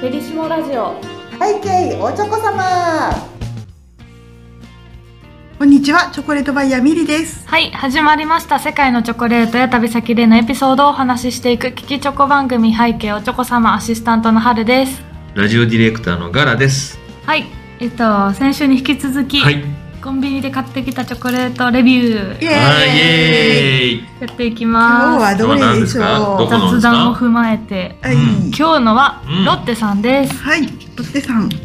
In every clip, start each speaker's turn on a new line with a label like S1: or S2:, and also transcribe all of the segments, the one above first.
S1: ペリシモラジオ
S2: 背景おちょこ様こんにちはチョコレートバイヤーミリです
S1: はい始まりました世界のチョコレートや旅先でのエピソードをお話ししていく聞きチョコ番組背景おチョコ様アシスタントの春です
S3: ラジオディレクターのガラです。
S1: はいえっと先週に引き続き、
S3: はい。
S1: コンビニで買ってきたチョコレートレビュー
S2: イエーイ
S3: はい、イエーイ。
S1: やっていき
S2: 今日
S1: ま
S2: は
S1: す
S2: どれでしょう
S3: 今日は何ですかどこ
S1: 雑談を踏まえて
S2: はい、
S3: うん
S1: 今日のは
S3: うん
S1: ロッテさんです、
S2: はいロッテさんロ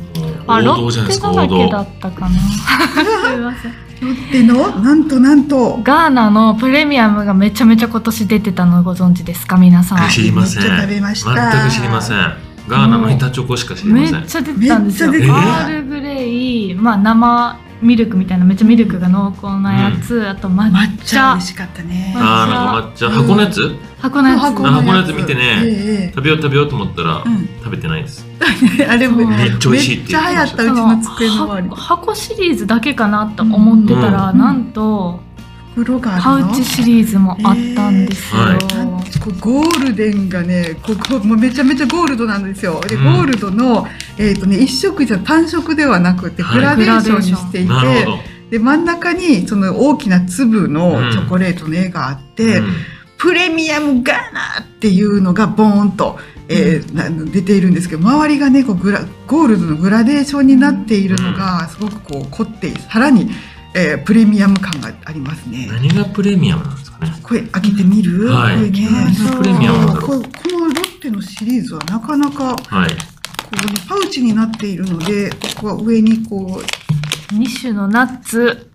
S1: あロ
S3: 王道じゃ
S1: ッ
S3: ない
S1: テ
S3: です
S1: だ
S3: か、王
S1: らけだ
S3: 道。
S1: ったかな すいません
S2: ッテのなんとなんと
S1: ガーナのプレミアムがめちゃめちゃ今年出てたのご存知ですか皆さん
S3: 知りません。
S2: めっちゃ
S3: 全
S2: 食べました
S3: く知りません。ガーナの板チョコしか知りま
S1: め
S3: せん
S1: っ。ちゃ出てたんですよア
S2: め
S3: っちゃ出てた
S1: ールグレイ、まあ、生ミルクみたいなめっちゃミルクが濃厚なやつ、あと抹
S2: 抹茶
S1: 茶
S2: 美味しかったね
S1: あ
S3: ガーナの抹茶、
S2: うん
S3: 箱のやつ
S1: 箱のやつ
S2: 箱
S3: のやつ箱のやつ見てね
S2: え
S3: 食べよう食べようと思ったら
S2: え、うん
S3: 食べてないです。
S2: あれも
S1: め
S3: っちゃ美味しいって
S2: めっちゃ流行ったうちの机の周り
S1: 箱箱シリーズだけかなと思ってたら、
S2: うん
S1: なんと
S2: 袋がある
S1: パ
S2: の
S1: ウチシリーズもあったんですよ、
S3: え
S2: なんこうゴールデンがねここもうめちゃめちゃゴールドなんですよで、
S3: うん
S2: ゴールドの、えーとね、一色じゃ単色ではなくて
S3: はい
S2: グラデーションにしていて、
S3: なるほど。
S2: で真ん中にその大きな粒
S3: うん
S2: のチョコレートの絵があって、
S3: うん
S2: プレミアムガーナっていうのがボーンと、えーな出ているんですけど周りがねこうグラゴールドのグラデーションになっているのがすごくこう凝ってさらに、えープレミアム感がありますね。
S3: 何がプレミアムなんですかね。
S2: これ開けてみる、
S3: はい
S2: これね
S3: 何がプレミアムなんだろう
S2: これこのロッテのシリーズはなかなかこ
S3: は
S2: う、
S3: い。
S2: ね、パウチになっているのでここは上にこう
S1: 2種のナッツ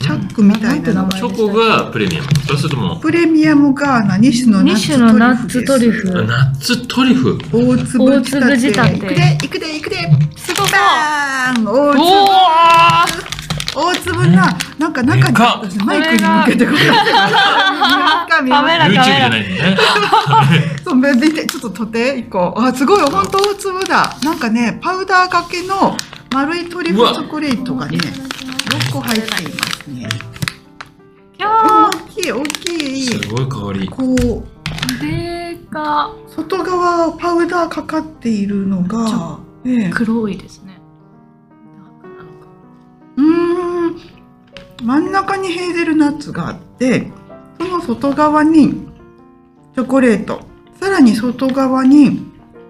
S2: チャックみたいなの
S1: なん
S2: が
S1: て
S3: チョコがプレミアム。それそれとも、
S2: プレミアムガーナ2種のナッ
S1: 2
S2: ツ
S1: 種のナッツト
S2: トリ
S1: リ
S2: ュフ
S1: ュフ
S3: ナッツトリュフ。
S2: です大粒仕
S1: 大
S2: 立て
S1: 粒仕立て
S2: いくでいくでいくです
S1: ごい
S2: バーン大
S1: おお
S2: 粒
S1: ー
S2: 大粒ななんか中
S3: でか
S2: にマイクに向けてごめんなさい見えますか見えますか
S1: カメラ
S3: YouTube じゃないんでね。
S2: そうででちょっととて一個あすごい本当大粒だなんかねパウダーがけの丸いトリュフチョコレートがね6個入っていますね
S1: いや
S2: 大きい大きい
S3: すごい香り。
S2: こう
S1: ーでか
S2: 外側パウダーかかっているの
S1: ち
S2: が
S1: ょ
S2: ええ
S1: 黒いですね
S2: うーん真ん中にヘーゼルナッツがあってその外側にチョコレートさらに外側に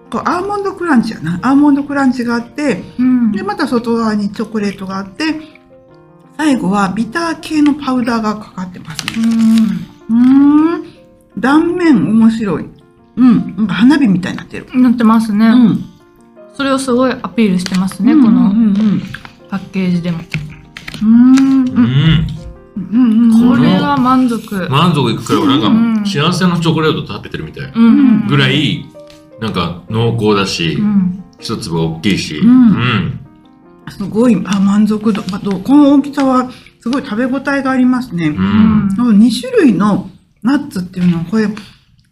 S2: こうアーモンドクランチやなアーモンドクランチがあって
S1: うん
S2: でまた外側にチョコレートがあって最後はビター系のパウダーがかかってますねうーん断面面白いうんなんか花火みたいになってる、
S1: なってますね、
S2: うん
S1: それをすごいアピールしてますね、こ
S2: う
S1: の
S2: んうん
S1: パッケージでも、
S2: うんう
S3: うんん。
S2: うんうん
S1: こ
S3: こ
S1: れは満足
S3: 満足いくくらいなんか
S1: う
S3: 幸せのチョコレート食べてるみたい
S1: うんうん
S3: ぐらいなんか濃厚だし、
S1: うん
S3: 一粒大きいし、
S2: うん
S3: うん
S2: すごいあ満足度、まあ、どうこの大きさはすごい食べ応えがありますね。
S3: う
S1: うん
S2: 2種類のナッツっていうのはこれ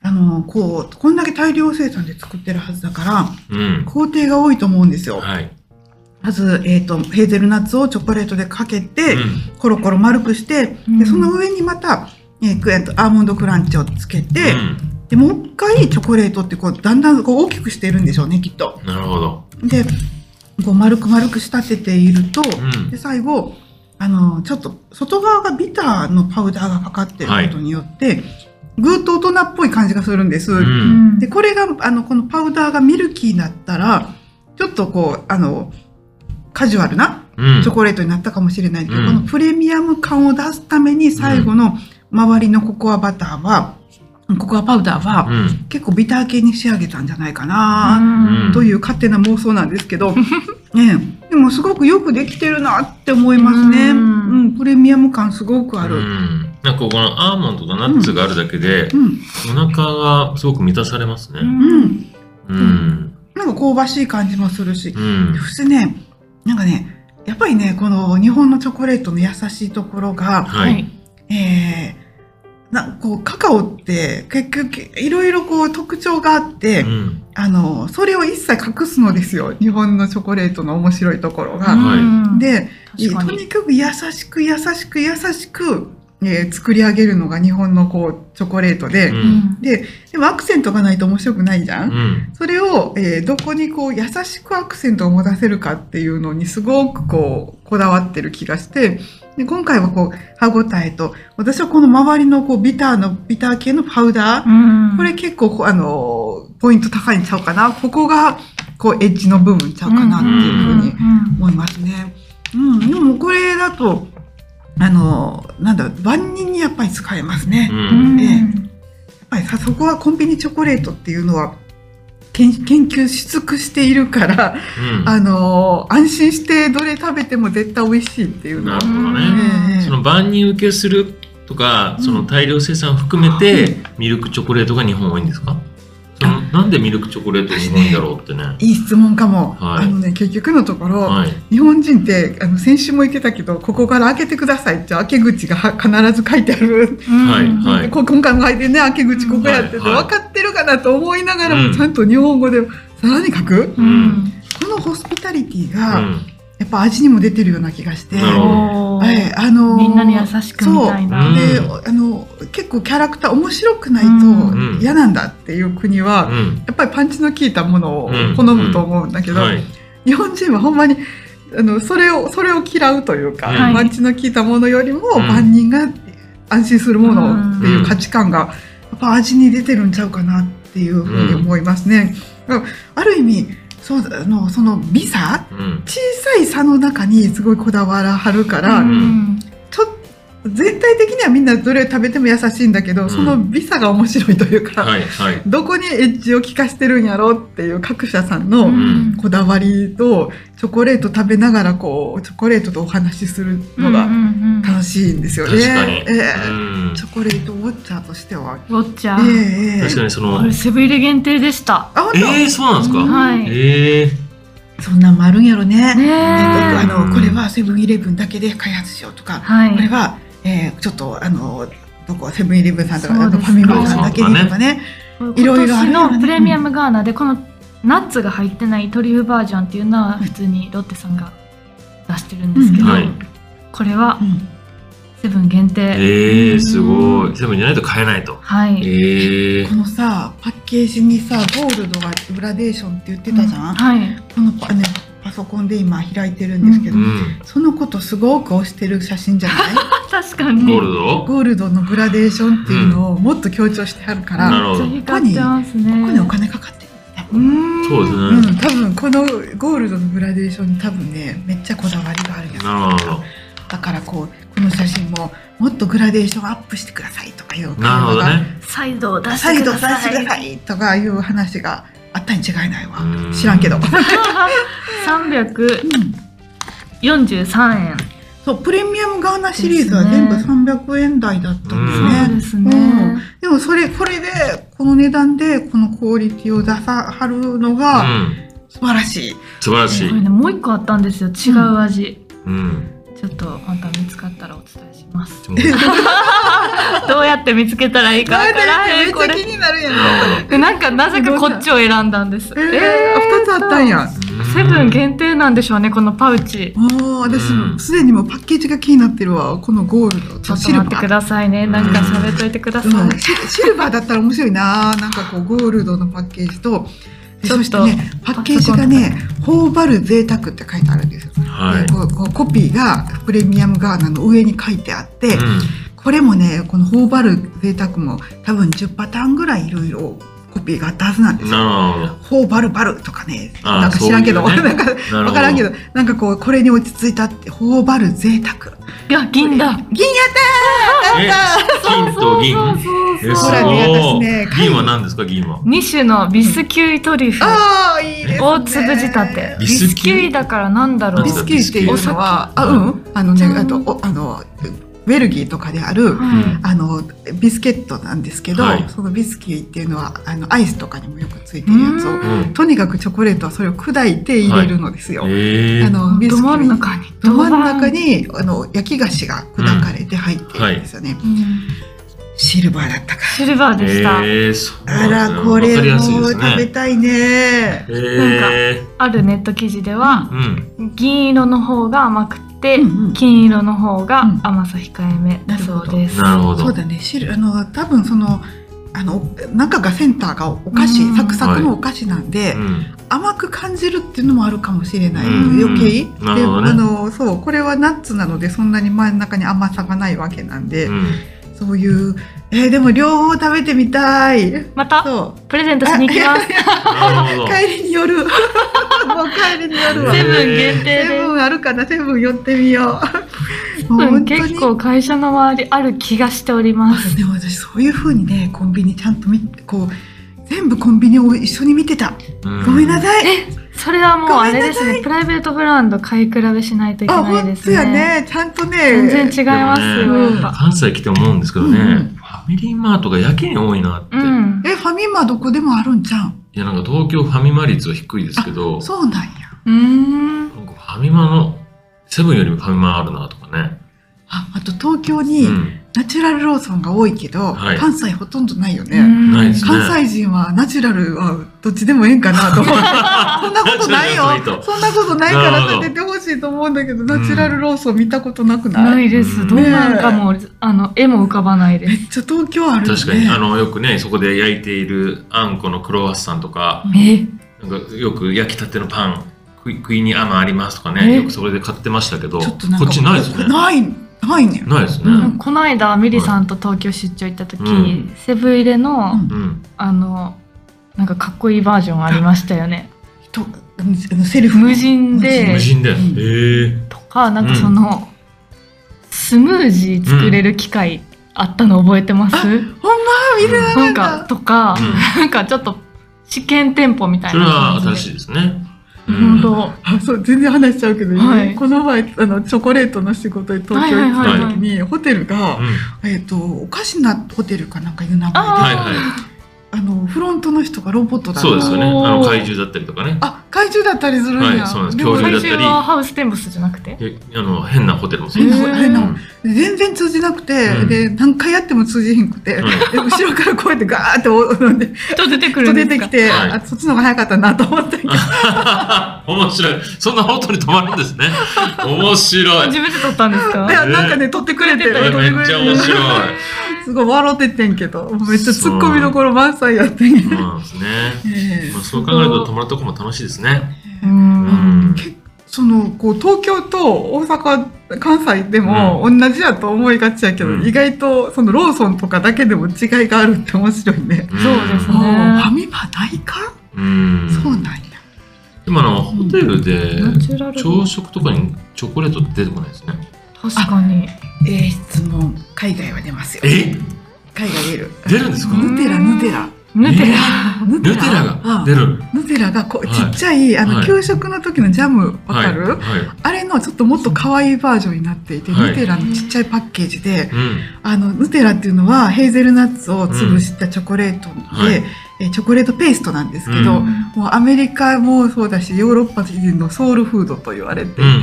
S2: あのこうこんだけ大量生産で作ってるはずだから
S3: うん
S2: 工程が多いと思うんですよ。
S3: はい、
S2: まず、えー、とヘーゼルナッツをチョコレートでかけて、
S3: うん
S2: コロコロ丸くして、
S1: うん
S2: でその上にまた、えークえーとアーモンドクランチをつけて、
S3: う
S2: でもう一回チョコレートってこうだんだんこう大きくしてるんでしょうねきっと。
S3: んなるほど、
S2: でこう丸く丸く仕立てていると。
S3: うん
S2: で最後あのちょっと外側がビターのパウダーがかかってることによって、ぐーっと大人っぽい感じがするんです、
S3: う
S1: うんん
S2: でこれがあのこのパウダーがミルキーになったらちょっとこうあのカジュアルな
S3: うん
S2: チョコレートになったかもしれないけど、
S3: うん
S2: このプレミアム感を出すために最後の周りのココアバターはココアパウダーは
S3: うん
S2: 結構ビター系に仕上げたんじゃないかなーっ
S3: うん
S2: という勝手な妄想なんです けど、ねえ、でもすごくよくできてるなって思いますね。
S1: う
S2: うんん、プレミアム感すごくあ
S3: う
S2: る。
S3: んなんかこのアーモンドとナッツがあるだけで
S2: う、ん、
S3: お腹がすごく満たされますね
S1: う。
S2: うん、
S1: ん
S3: うん。
S2: なんか香ばしい感じもするし
S3: う、ん。
S2: そしてね、なんかね、やっぱりね、この日本のチョコレートの優しいところ
S1: は、
S2: が、
S3: はいい。
S2: えー、なこうカカオって結局いろいろこう特徴があって、
S3: うん。
S2: あのそれを一切隠すのですよ日本のチョコレートの面白いところが。
S3: はい
S1: うん
S2: でい
S1: 確
S2: と
S1: かに
S2: にかく優しく優しく優しくえー作り上げるのが日本のこうチョコレートで、
S3: うん
S1: うん
S2: ででもアクセントがないと面白くないじゃん、
S3: うん。
S2: それを、えーどこにこう優しくアクセントを持たせるかっていうのにすごくこうこだわってる気がしてで今回はこう歯ごたえと私はこの周りのこうビターのビター系のパウダー
S1: うん
S2: これ結構こうあのポイント高いんちゃうかなここがこうエッジの部分ちゃうかなっていうふうに
S1: ん
S2: 思いますね。うん、でもこれだとあのなんだろう万人にやっぱり使えますね。
S3: う。
S1: うんん
S2: ええやっぱりさそこはコンビニチョコレートっていうのは研研究し尽くしているから、あの安心してどれ食べても絶対美味しいっていうのは
S3: なる。ほどね
S2: ええ
S3: その万人受けするとか、その大量生産を含めて、ミルクチョコレートが日本多いんですかそのなんでミルクチョコレートが日本多いんだろうってね。
S2: いい質問かも、
S3: はい
S2: あのね結局のところ、
S3: はい。
S2: 日本人ってあの先週も言ってたけどここから開けてくださいって開け口がは必ず書いてある、
S3: はい
S1: うん
S3: はい
S2: でこ今回も開いてね開け口ここやってて、
S3: はいはい
S2: 分かってるかなと思いながら
S3: うん
S2: もちゃんと日本語でさらに書く、
S1: う
S2: こ
S1: ん
S2: のホスピタリティ
S3: う
S2: が、
S3: ん。
S2: やっぱ味にも出てるような気がして。
S3: なるほど
S1: おー
S2: ええあのー
S1: みんなに優しくみたいな
S3: そううん
S2: であの結構キャラクター面白くない
S3: ん
S2: と嫌なんだっていう国は、
S3: うん。
S2: やっぱりパンチの効いたものを
S3: うん
S2: 好むと思うんだけど、
S3: はい。
S2: 日本人はほんまにあのそれをそれを嫌うというか、
S3: はい
S2: パンチの効いたものよりも
S3: うん
S2: 万人が安心するものっていう価値観がやっぱ味に出てるんちゃうかなっていうふうに思いますね。だからある意味そうあのその美さ
S3: うん。
S2: 小さい差の中にすごいこだわらはるから、
S1: うん
S2: ちょっと全体的にはみんなどれを食べても優しいんだけど、
S3: うん
S2: その美さが面白いというか、
S3: はい。はい。
S2: どこにエッジを効かしてるんやろっていう各社さん
S1: う
S2: の
S1: ん
S2: こだわりとチョコレート食べながらこうチョコレートとお話しするの
S1: う
S2: が
S1: んうんうん
S2: 楽しいんですよね。
S3: 確かに。
S2: ええ
S3: うん
S2: チョコレートウォッチャーとしては。
S1: ウォッチャ
S2: ええ
S1: ー
S2: ええ
S3: 確かにそ
S1: こ
S3: の
S1: れ、セブ入れ限定でした
S2: あ本当、
S3: ええ、そうなんです
S2: う
S3: か
S1: はいう
S3: ええ。
S2: そんなんもあるんやろね。
S1: ね
S2: えっとあ
S1: え
S2: のこれはセブンイレブンだけで開発しようとか、
S1: はい
S2: これは、えーちょっとあのどこセブンイレブンさんとか
S1: そう
S2: あ
S1: です
S2: とファミマさんだけにとかねいろいろあるよね
S1: 今年のプレミアムガーナでこのナッツが入ってないトリュフバージョンっていうのは普通にロッテさんが出してるんですけど、
S2: うん
S3: はい
S1: これは
S2: うん
S1: セブン限定、
S3: ええ、すごい。セブンじゃないと買えないと。
S1: はい、
S3: ええ
S2: こ。のさパッケージにさゴールドがグラデーションって言ってたじゃん、
S1: はい
S2: このパ,、ね、パソコンで今開いてるんですけど、
S3: うん。
S2: そのことすごく推してる写真じゃない
S1: 確かに
S3: ゴールド
S2: ゴールドのグラデーションっていうのをもっと強調してはるから、
S3: なる
S2: こ
S3: ほど
S1: めっちゃ光ってますね
S2: こにお金かかってる多分
S1: うーん
S3: そうです
S2: う
S3: ね。
S2: ん、多分このゴールドのグラデーションに多分ねめっちゃこだわりがあるやつ
S3: なるほど。
S2: だからこうこの写真ももっとグラデーションアップしてくださいとかいう
S3: なるほどね。
S1: サイドを出
S2: サ
S1: し
S2: イ
S1: てく
S2: ド
S1: だ
S2: 出
S1: さい
S2: してくださいとかいう話があったに違いないうわ
S3: ん
S2: 知らんけど、うん、
S1: 343円
S2: そうプレミアムガーナシリーズは全部
S1: です
S2: 300円台だったんですね
S1: そうですね、
S2: うんでもそれこれでこの値段でこのクオリティを出さはるの
S3: う
S2: が
S3: ん。
S2: 素晴らしい、
S3: 素晴らしい
S1: こ。れねもう一個あったんですよ違う味、
S3: うん。
S1: ちょっとまた見つかったらお伝えします
S3: でもなる
S1: どうやって見つけたらいいかわ からへ
S2: め
S1: ん
S2: っ
S1: こ
S2: ちゃ
S1: れ
S2: 気になるやん、
S1: でなんかなぜかこっちを選んだんです
S2: えー2つあったんや
S3: ほど
S1: セブン限定なんでしょうねこのパウチ
S2: もう私
S3: うん
S2: すでにもうパッケージが気になってるわこのゴールド
S1: ちょ
S2: と
S1: っと
S2: シル
S1: 待
S2: バ
S1: ってく
S2: ー
S1: ださいねなんか喋っといてください、
S2: うんシシルバーだったら面白いななんかこうゴールドのパッケージとで
S1: ちょっと
S2: そしてねパッケージがね「頬張る贅沢」って書いてあるんですよ、
S3: はい
S2: で。こうこうコピーがプレミアムガーナの上に書いてあって、
S3: うん
S2: これもねこの「頬張る贅沢」も多分10パターンぐらいいろいろコピーがあったはずなんですよ
S3: なる
S2: 頬張るばるとかね
S3: あー
S2: なんか知らんけど
S3: そういうね
S2: なんか
S3: ほど。なる
S2: 分
S3: ほど。
S2: からんけどなんかこうこれに落ち着いたって頬張る贅沢
S1: いや銀だ
S2: 銀やったー
S3: え
S2: やったー
S3: 金と銀。
S1: そうそうそう
S3: え
S1: そ
S2: ほ
S1: う
S2: らね
S3: そう
S2: 私ね
S3: 銀は何ですか、銀は。
S1: 2種のビスキュイトリュフ、
S2: ああ、いいですね。
S1: 大粒仕立て
S3: ビ
S1: ビ
S3: ス
S1: ス
S3: キ
S1: キ
S3: ュイ
S1: ュイだからなんだろう
S2: ビ
S3: なんだ
S2: スキュイっていうのは、
S3: ビスキュ
S2: あ、
S3: イ
S2: うん、あの
S1: じ
S2: ね、
S1: ゃん
S2: あと、おあの、ベルギーとかである。
S1: はい
S3: うん
S2: あのビスケットなんですけど、
S3: はい
S2: そのビスキュイっていうのはあのアイスとかにもよくついてるやつ
S1: う
S2: を
S1: ん
S3: うん。
S2: とにかくチョコレートはそれを砕いて入れるのですよ。
S3: ええ
S2: あ。のビス
S1: ど
S2: キ
S1: 真
S2: ュ
S1: ん
S2: イ
S1: 中に
S2: ど真ん中にあの焼き菓子が砕かれて入っているんですよね、
S1: うん
S2: シルバーだったか
S1: シルバーでした、
S3: ええ、そう
S2: あ
S3: なん
S2: ら
S3: だ。
S2: こ
S3: わ
S2: れ
S3: かりや
S2: も
S3: すいで
S2: う
S3: す
S2: 食べ
S3: ね。
S2: たいね
S3: ええ。
S1: あるネット記事では
S3: うん。
S1: 銀色の方が甘くで、
S2: うんうん
S1: 金色の方が
S2: うん
S1: 甘さ控えめだそうです。
S3: なるほど
S2: そうだね汁あの多分そのあの中がセンターがお菓
S1: う
S2: 子
S1: ん
S2: サクサクのお菓子なんで、
S3: うん
S2: 甘く感じるっていうのもあるかもしれない、
S3: うん
S2: 余計で
S3: なるほどね
S2: あのそうこれはナッツなのでそんなに真ん中に甘さがないわけなんで、
S3: うん
S2: そういうえーでも両方食べてみたい
S1: また
S2: そ
S1: プレゼン
S2: う
S1: トしに行きます。
S3: な るほど
S2: あ帰りに寄るもう帰りに寄るわ
S1: セブン限定
S2: セ
S1: で
S2: ブ。ンあるかなセブン寄ってみようもう
S1: うん
S2: 本当に
S1: 結構会社の周りある気がしております。
S2: でも私そういう風にねコンビニちゃんと見こう全部コンビニを一緒に見てた
S3: うん
S2: ごめんなさい、
S1: それはもうあれです
S2: ごめんなさ
S1: ね。プライベートブランド買い比べしないといけ
S2: あ
S1: ないで
S2: 本
S1: す
S2: 当
S1: ね。
S2: やねちゃんとね
S1: 全然違います
S3: で
S1: よ、
S2: もね
S1: やっぱ。
S3: 関西来て思うんですけどね、
S2: うん
S3: ファミリーマートがやけに多いなって、
S1: う
S3: い
S1: ん。
S2: えファミマどこでもあるんじゃん
S3: やなんか東京ファミマ率は低いですけど
S2: そうなんや
S1: うーん。
S3: なんかファミマのセブンよりもファミマあるなとかね、
S2: ああと東京
S3: う
S2: に
S3: ん、
S2: ナチュラルローソンが多いけど、
S3: はい
S2: 関西ほとんどないよ
S1: う
S2: ね、
S1: ん
S3: ないですね
S2: 関西人はナチュラルはどっちでもええんかな と思ってそんなことないよ
S3: ナチュラルはいいと
S2: そんなことないか
S3: なる
S2: ら
S3: ほど
S2: さ出てほしいと思うんだけどナチュラルローソン見たことなくない、
S1: ないで
S3: う
S1: す。
S3: ん
S1: どうなんかも、あの、絵も浮かばないで
S2: め
S1: す。
S2: っちゃ東京あるよね
S3: 確かにあのよくねそこで焼いているあんこのクロワッサンとか
S1: え、
S3: なんかよく焼きたてのパン食い食いに甘ありますとか
S1: え
S3: ねよくそれで買ってましたけどこ
S2: ちょっとなんか
S3: っちないですね
S2: ないないね
S3: ないですね、
S1: う
S3: うんん
S1: この間、ミリさんと東京出張行った時、
S3: うん
S1: セブン入れの、
S2: うん
S1: あの、なんかかっこいいバージョンありましたよね。
S2: とあのセル フ
S1: 無人で
S3: 無人で、
S2: うん
S3: ええ
S1: とか、なんかその、スムージー作れる機械あったの覚えてます、
S2: ほんま見れな
S1: な
S2: か
S1: ん
S2: った
S1: か、とか、
S3: うん
S1: なんかちょっと試験店舗みたい
S3: それ
S1: な
S3: は
S1: 感
S3: 新
S1: じ
S3: し
S1: で。
S3: いですね、うん
S1: 本当。
S2: あそう全然話しちゃうけど、
S1: はい
S2: この前あのチョコレートの仕事で東京行っ
S1: はい
S2: た
S3: はいはい
S1: はい
S2: 時にホテルが、
S3: うん
S2: えっとおかしなホテルかなんかいう名前で
S1: あ
S2: あ
S3: はいはい
S2: のフロントの人がロボットだった
S3: そうですよね
S1: おー
S3: あの怪獣だったりとかね
S2: あ怪獣だったりするんや、
S3: はいそうなんです
S2: でも
S3: 恐
S1: 最
S3: 竜だっ
S1: 初はハウステンボスじゃなくて
S3: えあの変なホテルもそう
S2: 変
S3: で
S2: な
S3: す、
S1: へー
S2: 変
S3: う
S2: なん全然通じなくて、
S3: うん
S2: で何回やっても通じひんくて、
S3: うん
S2: で後ろからこうやってガーっておで
S1: 人出てくる
S2: 人
S1: んで
S2: 出
S1: す
S2: て
S1: か
S2: きて、
S3: はい
S2: あそっちの方が早かったなと思ったけど
S3: 面白い。そんな本当に止まるんですね。面白い。
S1: 自分で撮ったんですか
S2: いやなんかね撮ってくれて
S1: 撮って
S2: 撮ってくれ
S3: めってちゃ面白い。
S2: すごい笑っててんけど、めっちゃツッコミどころ満載やってんけど。
S3: まあですね。
S2: ええ
S3: まあ、そう考えると泊まるとこも楽しいですね。
S1: う
S3: うんん。
S2: けそのこう東京と大阪関西でも同じやと思いがちやけど、
S3: うん
S2: 意外とそのローソンとかだけでも違いがあるって面白いね。
S1: そうです
S2: も
S1: ね
S2: うファミマないか、
S3: うん。
S2: そうなんや。
S3: でもあのホテルで
S1: ナチュラル
S3: 朝食とかにチョコレートって出てこないですね。
S1: 確かに
S2: ええ質問海外は出ますよ。
S3: え
S2: 海外出る。
S3: 出るんですか？
S1: うん
S2: ヌテラヌテラ。
S1: ヌテラ
S2: ヌ
S3: ルテラが出る。
S2: ヌテラがこう
S3: はい
S2: ちっちゃい、あの
S3: はい
S2: 給食の時のジャムわかる？
S3: はい。はい
S2: あれのちょっともっと可愛いバージョンになっていて、
S3: はい
S2: ヌテラのちっちゃいパッケージで、
S3: うん。
S2: あのヌテラっていうのはヘーゼルナッツを潰したチョコレートで、
S3: はい
S2: えーチョコレートペーストなんですけど、
S3: うん
S2: もうアメリカもそうだしヨーロッパ人のソウルフードと言われていて、
S3: うん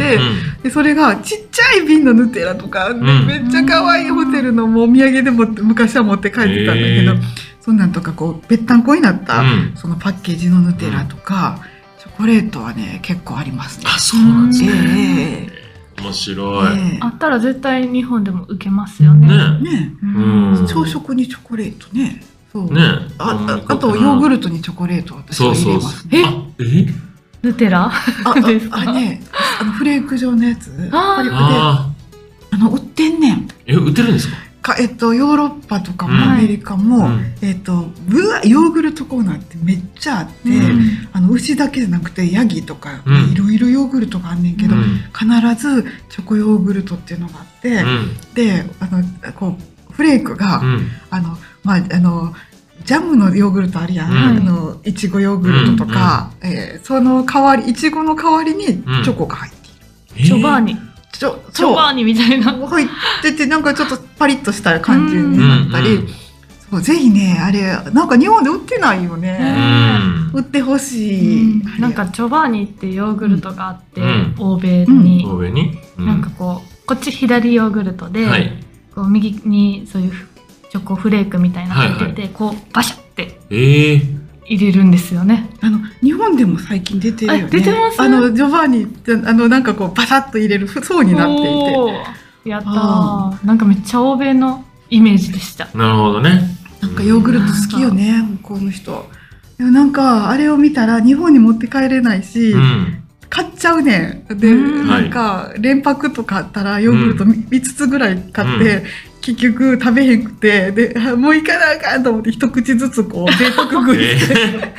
S2: でそれがちっちゃい瓶のヌテラとか、ね
S3: うん
S2: めっちゃ可愛いホテルのもうお土産でもって昔は持って帰ってたんだけど、
S3: へー
S2: そんなんとかこうぺったんこになった、
S3: うん
S2: そのパッケージのヌテラとか、チョコレートはね結構ありますね。
S3: あ、そうなんです
S2: え
S3: ね。
S2: え
S3: 面白い。ね
S2: ええ
S1: あったら絶対日本でも受けますよね
S2: ね
S1: う
S3: うんん。
S2: 朝食にチョコレートね。そう。
S3: ね
S2: あああとヨーグ
S3: ル
S2: ルトにチョコレート私
S3: そ
S2: は
S3: う
S2: 入れ
S3: そう
S2: ま
S3: そう
S2: す、。
S1: え
S3: あえ？
S1: ヌテラ
S2: あ
S1: そうですか
S2: ああねあのフレーク状のやつフレークであ
S3: あ
S2: の売ってんねん
S3: あ。え、売ってるんですか？
S2: かえっとヨーロッパとかも
S3: うん
S2: アメリカも、
S3: うん
S2: えっとぶわヨーグルトコーナーってめっちゃあって、
S3: ん
S2: あの牛だけじゃなくてヤギとか、
S3: うん
S2: いろいろヨーグルトがあんねんけど、
S1: うん
S2: 必ずチョコヨーグルトっていうのがあって、
S3: うん。
S2: であのこうフレークが、
S3: うん。
S2: あの、まあ、あの、ジャムのヨーグルトあるやん。
S3: うん
S2: あの、いちごヨーグルトとか、えーその代わり、いちごの代わりに
S3: うん
S2: チョコが入っている。
S1: チョバーニ
S2: ちょ
S1: チョバーニみたいな
S2: そう入ってて、なんかちょっとパリッとした感じになったり、
S3: うんうん
S2: そうぜひね、あれ、なんか日本で売ってないよね。
S3: うん
S2: 売ってほしい、あれ
S1: なんかチョバーニってヨーグルトがあって
S3: うん
S1: 欧米に
S3: 上に、うん
S1: なんかこうこっち左ヨーグルトで
S3: はい
S1: こう右にそういうチョコフレークみたいなの入ってて、こうバシャって
S3: ええ
S1: 入れるんですよね。
S2: あの日本でも最近出てるよね
S1: あ出てます
S2: あのジョバーニってあのなんかこうバサッと入れる層になっていて
S1: おーやったー。なんかめっちゃ欧米のイメージでした。
S3: なるほどね。
S2: なんかヨーグルト好きよね向こうの人でもなんかあれを見たら日本に持って帰れないし、
S3: うん。
S2: 買っちゃうねんで、
S1: うん
S2: なんか連泊とかあったらヨーグルト3つぐらい買って、結局食べへんくてであもう行かなあかんと思って一口ずつこう贅沢食い
S3: え
S2: して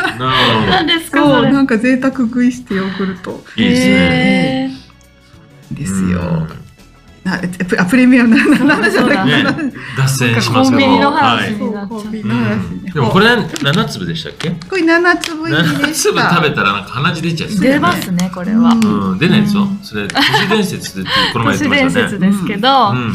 S3: ーなる
S1: です
S2: そうなんか贅沢食いしてヨーグルト
S3: いいです
S2: ねで
S3: ほ
S2: す
S3: ど。
S2: よ、
S3: うん
S2: なえプあプレミアムなななじゃ
S1: そ
S2: な
S1: う
S2: く
S1: だ
S2: て
S1: ね
S2: な
S3: 脱線しますけ
S1: コン
S3: ど。
S1: ビニの話
S3: はい。
S2: そうコンビニの話ね
S3: でもこれ七粒でしたっけ？
S2: これ7粒入り
S3: 七
S2: でし
S3: 粒
S2: た
S3: 食べたらなんか鼻血出ちゃいそうだよ
S1: 出
S3: ね。
S1: ますねこれは。
S2: うん
S3: うん、出ないんです
S1: う
S3: よ
S1: ん。
S3: それ都市伝説ってこの
S1: 都市
S3: 前言ってま
S1: 伝
S3: した
S1: 説
S3: ね。
S1: ですけど、
S3: うん、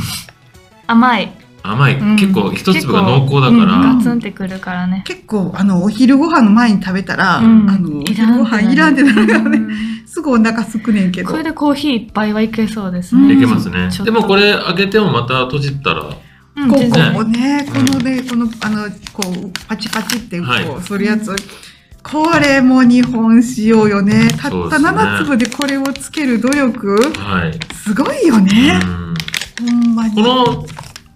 S1: 甘い。
S3: 甘い、
S1: うん
S3: 結構一粒が濃厚だか
S1: 結構うん
S3: ら
S1: ガ、ツンってくるからね。
S2: 結構あのお昼ご飯の前に食べたら、
S1: うん
S2: あのお
S1: い
S2: 昼
S1: らん
S2: ご飯いらんってなるからね、
S1: うん
S2: すぐお腹すくねんけど
S1: これでコーヒーいっぱいはいけそうです
S2: うん
S1: ね。
S3: いけますね
S1: ちょっと
S3: でもこれ開けてもまた閉じたら
S1: うん
S2: こ
S1: 全
S2: こ
S1: 然
S2: もね、
S3: うん
S2: このね、この、あの、こう、パチパチって、こう、
S3: はい
S2: するやつ。これも日本しようよね。たっ
S3: そうで
S2: た
S3: すね
S2: 7粒でこれをつける努力、
S3: はい、う
S2: すごいよね。
S3: ん、
S2: ほんまに。
S3: この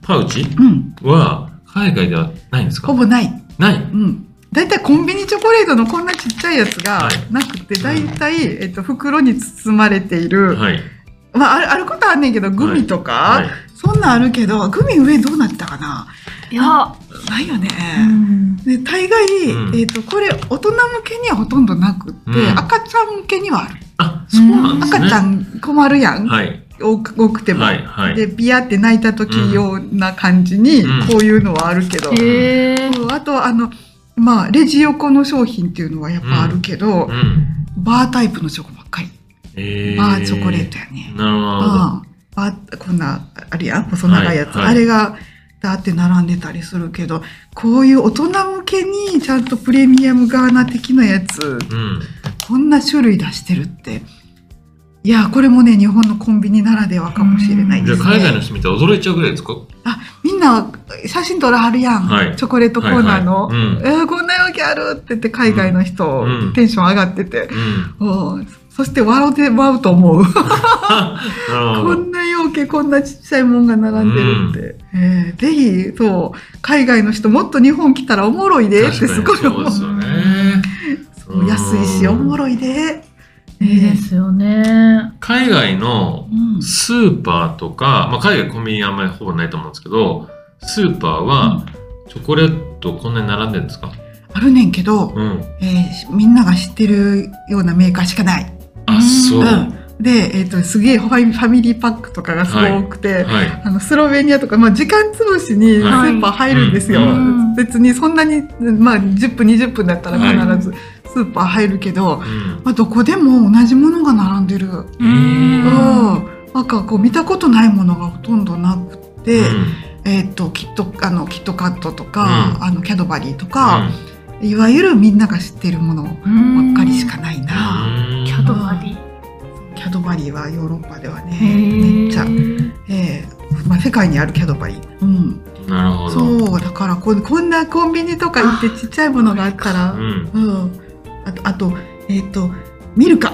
S3: パウチ
S2: うん。
S3: は海外ではないんです
S2: ほ
S3: か
S2: ぼない。
S3: ない
S2: うん。だいたいコンビニチョコレートのこんなちっちゃいやつが
S3: はい
S2: なくて、だいたい、えっと、袋に包まれている。
S3: はい
S2: まあ、あるあることはあんねんけど、グミとか、
S3: はい
S2: そんなんあるけど、グミ上どうなったかない
S1: や、
S2: ないよね。
S1: うん
S2: で大概、
S3: うん
S2: えー、とこれ大人向けにはほとんどなくって、
S3: うん
S2: 赤ちゃん向けにはある、
S3: あそうなんですね
S2: 赤ちゃん困るやん、
S3: はい
S2: 多く多くても、
S3: はいはい
S2: でビヤって泣いた時ような感じに、
S3: うん
S2: こういうのはあるけど、
S1: へえ。
S2: そうあとあのまあレジ横の商品っていうのはやっぱあるけど、
S3: うん
S2: バータイプのチョコばっかり、
S3: えー、
S2: バーチョコレートやね、
S3: なるほどなるほど
S2: あああこんなあれや細長いやつ、
S3: はいはい
S2: あれがだって並んでたりするけどこういう大人向けにちゃんとプレミアムガーナ的なやつ
S3: うん
S2: こんな種類出してるっていやこれもね日本のコンビニならではかもしれない
S3: じ
S2: で
S3: ゃあ
S2: す
S3: 海外の
S2: ね。
S3: 人見たら驚いちゃうぐらいですか
S2: あみんな写真撮らはるやん、
S3: はい
S2: チョコレートコーナーの。
S3: はいはいうん
S2: えーこんな容器あるって言って海外の人、
S3: うん
S2: テンション上がってて
S3: う、ん
S2: おーそして笑うてまうと思う。
S3: なる
S2: こ
S3: ほど
S2: んな容器こんなちっちゃいもんが並んでるって、えーぜひそう海外の人もっと日本来たらおもろいでってす
S3: 確
S2: ご
S3: かに
S2: い思
S3: そう
S2: う
S3: ですよね
S2: そう安いしおもろいで、え
S1: いいで
S2: ー
S1: すよね。
S3: 海外の
S2: うん
S3: スーパーとか、まあ、海外コンビニあんまりほぼないと思うんですけどスーパーはチョコレートこんなに並んでるんですか、
S2: あるねんけど、
S3: うん、
S2: えーしみんなが知ってるようなメーカーしかない、
S1: うん
S3: あそう、
S2: う
S3: は
S2: ん、で、えー、とすげえファミファミリーパックとかがすごく多くて、
S3: い
S2: あのスロベニアとか、まあ、時間潰しにス
S3: はい
S2: ーパー入るんですよ、
S1: うん
S2: 別にそんなに、まあ、10分20分だったら必ずスーパー入るけど、
S3: うん
S2: まあ、どこでも同じものが並んでる、
S3: え
S2: う
S3: ー
S2: ん、なんかこう見たことないものがほとんどなくて、えー、とキットあのキットカットとか、
S3: う
S2: あのキャドバリーとか、いわゆるみんなが知ってるものばっかりしかないな、
S3: うん
S1: キャドバリー。
S2: キャドバリーはヨーロッパではね
S1: へー
S2: めっちゃ、えーまあ、世界にあるキャドバリー、うん、
S3: なるほど
S2: そうだからこんこんなコンビニとか行ってちっちゃいものがあったら、
S3: ん、
S2: うん、あとあとえっ、とミルカ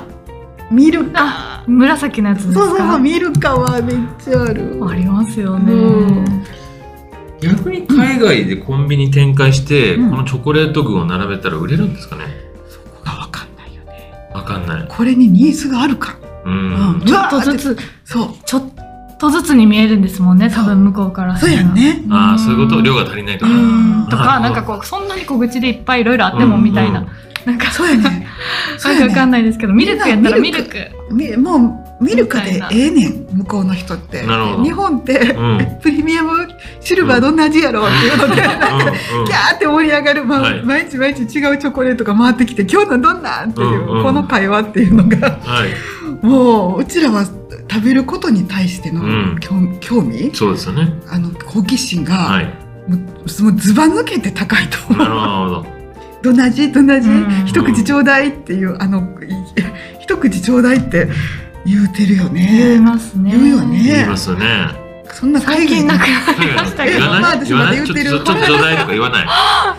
S2: ミルカ
S1: あ、紫のやつです
S2: そうそうそう、
S1: か。
S2: 見るかはめっちゃある。
S1: ありますよね。
S2: うん
S3: 逆に海外でコンビニ展開して、
S2: うん
S3: このチョコレート群を並べたら売れるんですかね
S2: そこがわかんないよね。
S3: わかんない、
S2: これにニーズがあるか。
S3: うん
S2: うん
S1: ちょっとずつ、
S2: そう。
S1: ちょっとずつに見えるんですもんね。多分向こうからした
S2: そう
S1: ら
S2: やん。ね。
S3: ああそういうこと量が足りないか
S2: う
S3: ら、
S2: ん。
S1: とか、なんかこう、そんなに小口でいっぱいいろいろあってもみたいな。なんか、
S2: そうやね。そう
S1: なんかわか
S2: や
S1: ん
S2: ね。
S1: ないですけど、ミルクやったらミ
S2: ミ
S1: ル
S2: ル
S1: ク。
S2: みもう見るかでええねん向こうの人って。
S3: なるほど
S2: 日本って、
S3: うんうん
S2: プレミアムシルバーどんな味やろうっていうので。なんか
S3: うん
S2: キャーって盛り上がる、まあ
S3: はい
S2: 毎日毎日違うチョコレートが回ってきて今日のどんなんっていう、
S3: うんうん
S2: この会話っていうのが
S3: はい
S2: もううちらは食べることに対しての
S3: うん
S2: 興,、興味
S3: そうですよね
S2: あの好奇心
S3: は
S2: が、
S3: い
S2: もうもうずば抜けて高いと
S3: なる
S2: 思う。
S3: ほど
S2: どんな味どんな味、
S1: うん
S2: 一口ちょうだいっていうあの い一口ちょうだいって言うてるよ
S1: 言い
S2: ね。
S1: ますね。
S2: 言うよね
S3: 言いますよね。
S2: そんな
S1: 最
S2: 海
S1: 近
S2: 外
S1: な
S2: の
S1: くなりましたけ
S2: え
S1: ど
S3: 言わ
S2: ま
S3: な
S2: あ
S3: い
S2: 私
S3: 言わない
S2: まだ言
S3: ちょっと
S2: ってる
S3: ちょっとちょうだいとか言わない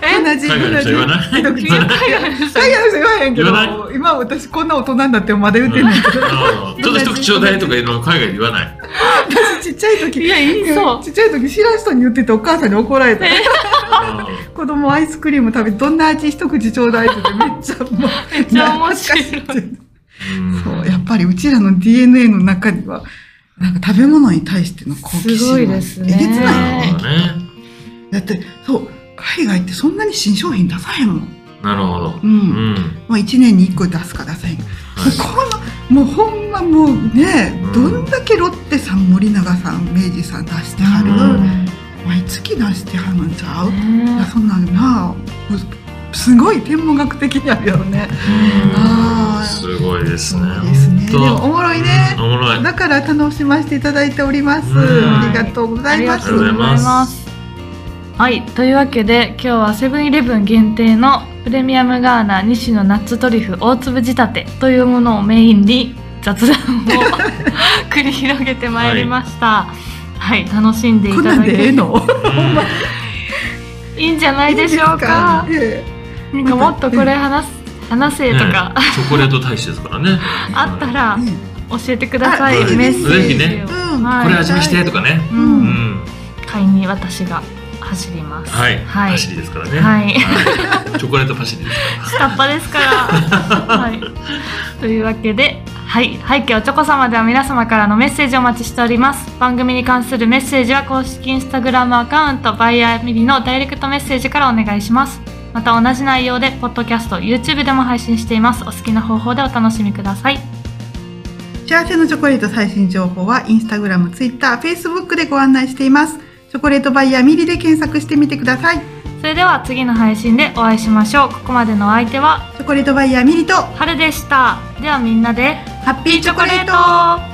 S1: え
S2: 同じ
S3: 海外の人言わない
S2: 同じ
S1: 急に海外の人
S2: 海外の人言わへんけ
S3: 言わ
S2: ど今私こんな大人になってもまだ言って
S3: うん
S2: ない、
S3: あのちょっと一口ちょうだいとか言うの海外で言わない
S2: 私 ちっちゃい時
S1: いや言いそう
S2: ちっちゃい時知らん人に言っててお母さんに怒られた
S3: う
S2: 子供アイスクリーム食べどんな味一口ちょうだいって言ってめっち ゃもうめっ
S1: ちゃ面白い
S3: ん
S2: そうやっぱりうちらの DNA の中にはなんか食べ物に対しての好奇
S1: す
S2: 心
S1: ごいですね
S2: えげつ
S1: ぱ
S2: ないよね
S3: なるほどね
S2: だってそう海外ってそんなに新商品出さへんもん、
S3: なるほど
S2: う
S3: うんん
S2: まあ、1年に1個出すか出さへんか、
S3: はい
S2: もうこんなもうほんまもうね、
S3: うん
S2: どんだけロッテさん森永さん明治さん出してはる、
S3: うん
S2: 毎月出してはるんちゃう、いや
S1: ね
S2: そんなんなもうすごい天文学的やよね。あー
S3: すごいですね
S2: ですね。で
S3: ほんと
S2: もおもろいね
S3: お。もろい
S2: だから楽しませていただいております。
S3: うん
S2: ありがとうござ
S1: あ
S2: い
S1: り
S2: ま
S1: が
S2: す。
S1: とうございます。はい、というわけで今日はセブンイレブン限定のプレミアムガーナ2種のナッツトリュフ大粒仕立てというものをメインに雑談を繰り広げてまいりました。はい、楽しんでい
S2: こ
S1: た
S2: んなん
S1: だ
S2: でえ
S1: け
S2: え
S1: い
S2: の？
S3: うん
S1: いんじゃないでしょうか。
S2: え
S1: なんかもっとこれ話す話せとか
S3: ね、チョコレート大使ですからね
S1: あったら
S2: えね
S1: 教えてください、
S3: あ
S1: メッセージを。
S3: ぜひね
S2: うん
S1: はい
S3: これ味見してとかね
S1: う
S3: うんん
S1: 買いに私が走ります。
S3: はい
S1: はい
S3: パ。シリですからね
S1: はい
S3: はいチョコレートパシリですから
S1: 下っ端です から。はい。というわけで、はい、背景おちょこ様では皆様からのメッセージをお待ちしております。番組に関するメッセージは公式インスタグラムアカウントバイヤーミリのダイレクトメッセージからお願いします。また同じ内容でポッドキャスト、YouTube でも配信しています。お好きな方法でお楽しみください。
S2: 幸せのチョコレート最新情報はインスタグラム、ツイッター、フェイスブックでご案内しています。チョコレートバイヤーミリで検索してみてください。
S1: それでは次の配信でお会いしましょう。ここまでのお相手は
S2: チョコレートバイヤーミリと
S1: 春でした。ではみんなで
S2: ハッピーチョコレート。
S1: ート。